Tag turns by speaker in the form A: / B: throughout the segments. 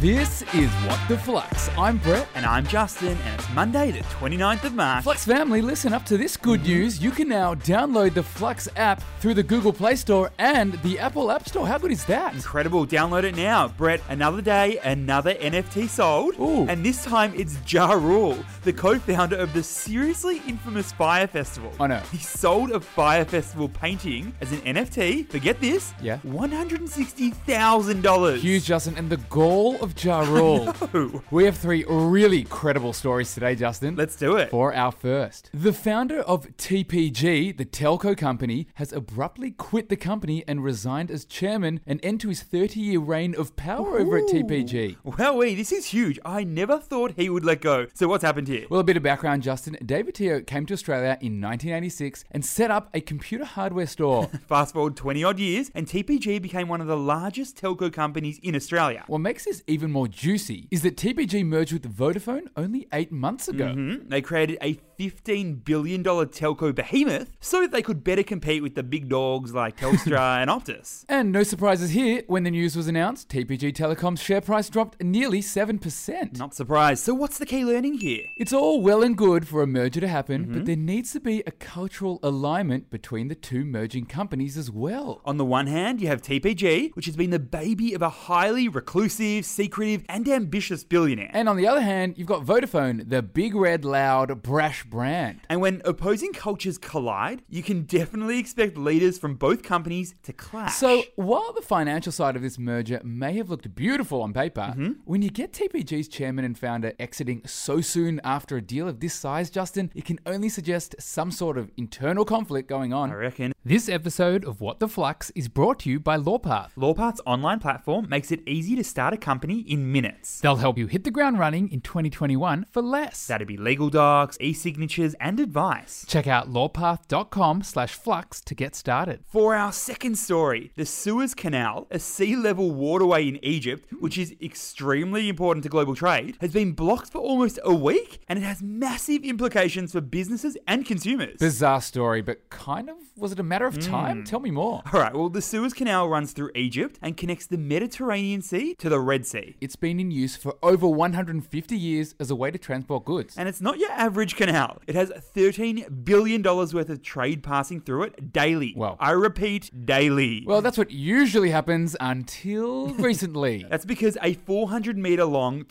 A: This is What the Flux. I'm Brett.
B: And I'm Justin, and it's Monday, the 29th of March.
A: Flux family, listen up to this good news. You can now download the Flux app through the Google Play Store and the Apple App Store. How good is that?
B: Incredible. Download it now. Brett, another day, another NFT sold.
A: Ooh.
B: And this time it's Ja Rule, the co founder of the seriously infamous Fire Festival.
A: I know.
B: He sold a Fire Festival painting as an NFT. Forget this.
A: Yeah.
B: $160,000.
A: Huge, Justin, and the goal of Ja Rule.
B: Ooh.
A: We have three really credible stories today, Justin.
B: Let's do it.
A: For our first, the founder of TPG, the telco company, has abruptly quit the company and resigned as chairman, an end to his 30 year reign of power over at TPG.
B: Well, wait, this is huge. I never thought he would let go. So what's happened here?
A: Well, a bit of background, Justin. David Teo came to Australia in 1986 and set up a computer hardware store.
B: Fast forward 20 odd years, and TPG became one of the largest telco companies in Australia.
A: what makes this even more juicy is that TPG merged with Vodafone only eight months ago.
B: Mhm. They created a $15 billion telco behemoth so that they could better compete with the big dogs like Telstra and Optus.
A: And no surprises here, when the news was announced, TPG Telecom's share price dropped nearly 7%.
B: Not surprised. So, what's the key learning here?
A: It's all well and good for a merger to happen, but there needs to be a cultural alignment between the two merging companies as well.
B: On the one hand, you have TPG, which has been the baby of a highly reclusive, secretive, and ambitious billionaire.
A: And on the other hand, you've got Vodafone, the big red, loud, brash brand.
B: And when opposing cultures collide, you can definitely expect leaders from both companies to clash.
A: So, while the financial side of this merger may have looked beautiful on paper, when you get TPG's chairman and founder exiting so soon after a deal of this size, Justin, it can only suggest some sort of internal conflict going
B: I
A: on.
B: reckon
A: This episode of What the Flux is brought to you by Lawpath.
B: Lawpath's online platform makes it easy to start a company in minutes.
A: They'll help you hit the ground running in 2021 for less.
B: That'd be legal docs, e-signatures, and advice.
A: Check out lawpath.com slash flux to get started.
B: For our second story, the Suez Canal, a sea level waterway in Egypt, which is extremely important to global trade, has been blocked for almost a week and it has massive implications for businesses and consumers.
A: Bizarre story, but kind of was it a matter of time? Tell me more.
B: All right, well, the Suez Canal runs through Egypt and connects the Mediterranean Sea to the Red Sea.
A: It's been in use for over 150 years as a way to transport goods.
B: And it's not your average canal. It has $13 billion worth of trade passing through it daily.
A: Wow.
B: I repeat, daily.
A: Well, that's what usually happens until recently.
B: That's because a 400 meter long,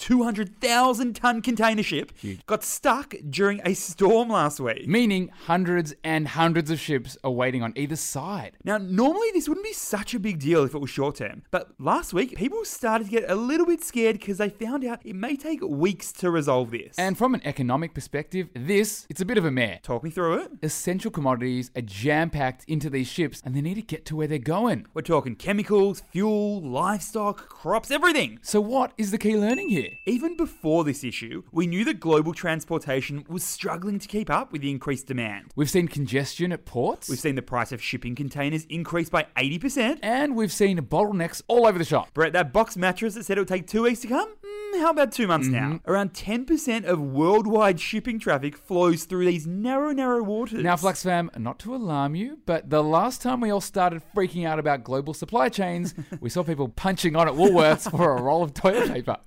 B: 200,000 ton container ship got stuck during a storm last week.
A: Meaning hundreds and hundreds of ships are waiting on either side.
B: Now, normally this wouldn't be such a big deal if it was short term, but last week people started to get a little bit scared because they found out it may take weeks to resolve this.
A: And from an economic perspective, this, it's a bit of a mare.
B: talk me through it.
A: Essential commodities are jam packed into these ships and they need to get to where they're going.
B: We're talking chemicals, fuel, livestock, crops, everything.
A: So, what is the key learning here?
B: Even before this issue, we knew that global transportation was struggling to keep up with the increased demand.
A: We've seen congestion at ports,
B: We've seen the price of shipping containers increase by 80%.
A: and we've seen bottlenecks all over the shop.
B: Brett, that box mattress that said it would take two weeks to come? Mm, how about two months now? Around 10% of worldwide shipping traffic flows through these narrow, narrow waters.
A: Now, Flux fam, not to alarm you, but the last time we all started freaking out about global supply chains, we saw people punching on at Woolworths for a roll of toilet paper.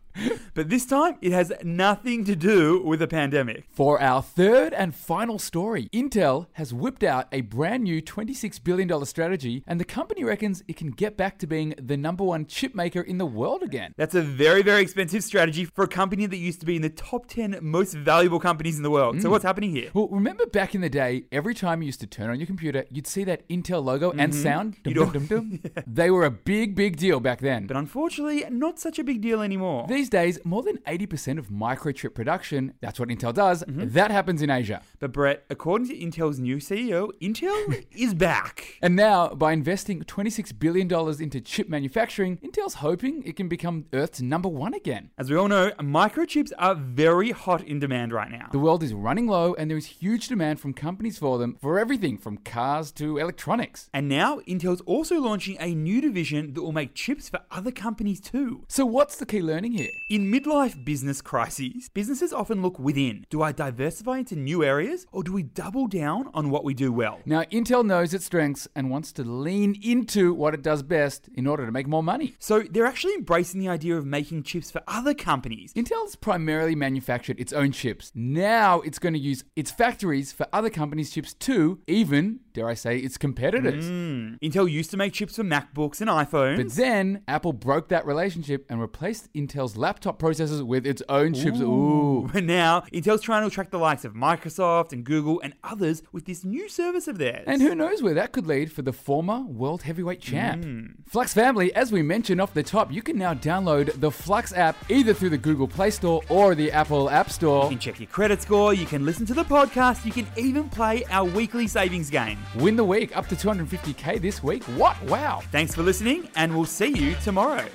B: But this time, it has nothing to do with a pandemic.
A: For our third and final story, Intel has whipped out a brand new $26 billion strategy, and the company reckons it can get back to being the number one chip maker in the world again.
B: That's a very, very expensive strategy for a company that used to be in the top 10 most valuable companies in the world. So, what's happening here?
A: Well, remember back in the day, every time you used to turn on your computer, you'd see that Intel logo and sound. Dum,
B: You'd
A: dum, dum, dum. They were a big, big deal back then.
B: But unfortunately, not such a big deal anymore.
A: These days, more than 80% of microchip production, that's what Intel does, that happens in Asia.
B: But Brett, according to Intel's new CEO, Intel is back.
A: And now, by investing $26 billion into chip manufacturing, Intel's hoping it can become Earth's number one again.
B: As we all know, microchips are very hot in demand right now.
A: The world is running low, and there is huge demand from companies for them for everything from cars to electronics.
B: And now Intel's also launching a new division that will make chips for other companies too.
A: So, what's the key learning here?
B: In midlife business crises, businesses often look within. Do I diversify into new areas or do we double down on what we do well?
A: Now, Intel knows its strengths and wants to lean into what it does best in order to make more money.
B: So they're actually embracing the idea of making chips for other companies.
A: Intel's primarily manufactured its own chips. Now it's going to use its factories for other companies' chips too, even, dare I say, its competitors.
B: Intel used to make chips for MacBooks and iPhones.
A: But then Apple broke that relationship and replaced Intel's laptop processors with its own chips. Ooh.
B: But now, Intel's trying to attract the likes of Microsoft and Google and others with this new service of theirs.
A: And who knows where that could lead for the former world heavyweight champ. Flux family, as we mentioned off the top, you can now download the Flux app either through the Google Play Store or the Apple App Store.
B: you can check your credit score, you can listen to the podcast, you can even play our weekly savings game.
A: Win the week up to 250k this week. What? Wow.
B: Thanks for listening, and we'll see you tomorrow.